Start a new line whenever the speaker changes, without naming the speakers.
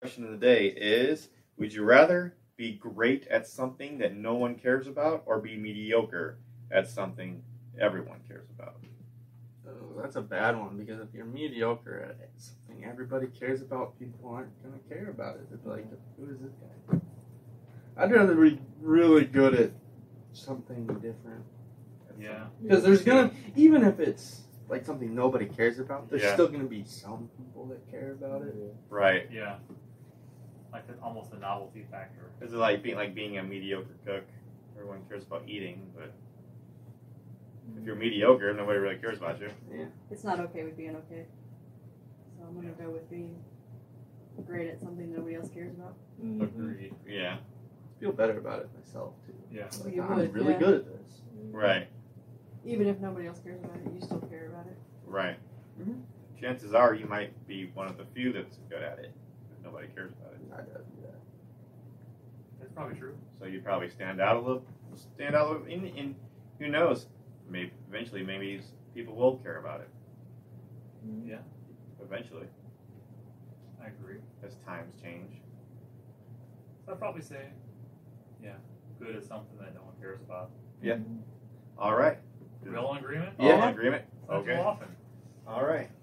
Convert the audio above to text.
question of the day is Would you rather be great at something that no one cares about or be mediocre at something everyone cares about?
Oh, that's a bad one because if you're mediocre at something everybody cares about, people aren't gonna care about it. They'd be like, "Who is this guy?" I'd rather be really good at something different
That's
Yeah.
because there's gonna even if it's like something nobody cares about, there's
Yeah.
still gonna be some people that care about it.
Right.
Yeah. Like the, almost the novelty factor.
Is it like being like being a mediocre cook? Everyone cares about eating, but if you're mediocre, nobody really cares about you.
It's not okay with being okay. So I'm gonna go with being great at something nobody else cares about.
Agreed.
Yeah.
Feel better about it myself too.
Yeah.
Like,
You
I'm
would,
really
yeah.
good at this.
Right.
Even if nobody else cares about it, you still care about it.
Right.
Mhm.
Chances are you might be one of the few that's good at it. If nobody cares about it,
I'd rather do that.
That's probably true.
so you probably stand out a little. Stand out a little. And, and who knows? Maybe eventually, maybe s- people will care about it.
Yeah.
Eventually,
I agree.
as times change.
So I'd probably say, yeah, good is something that no one cares about.
All right.
We all in agreement?
All in
Yeah.
agreement.
Not
Okay.
Too often.
All right.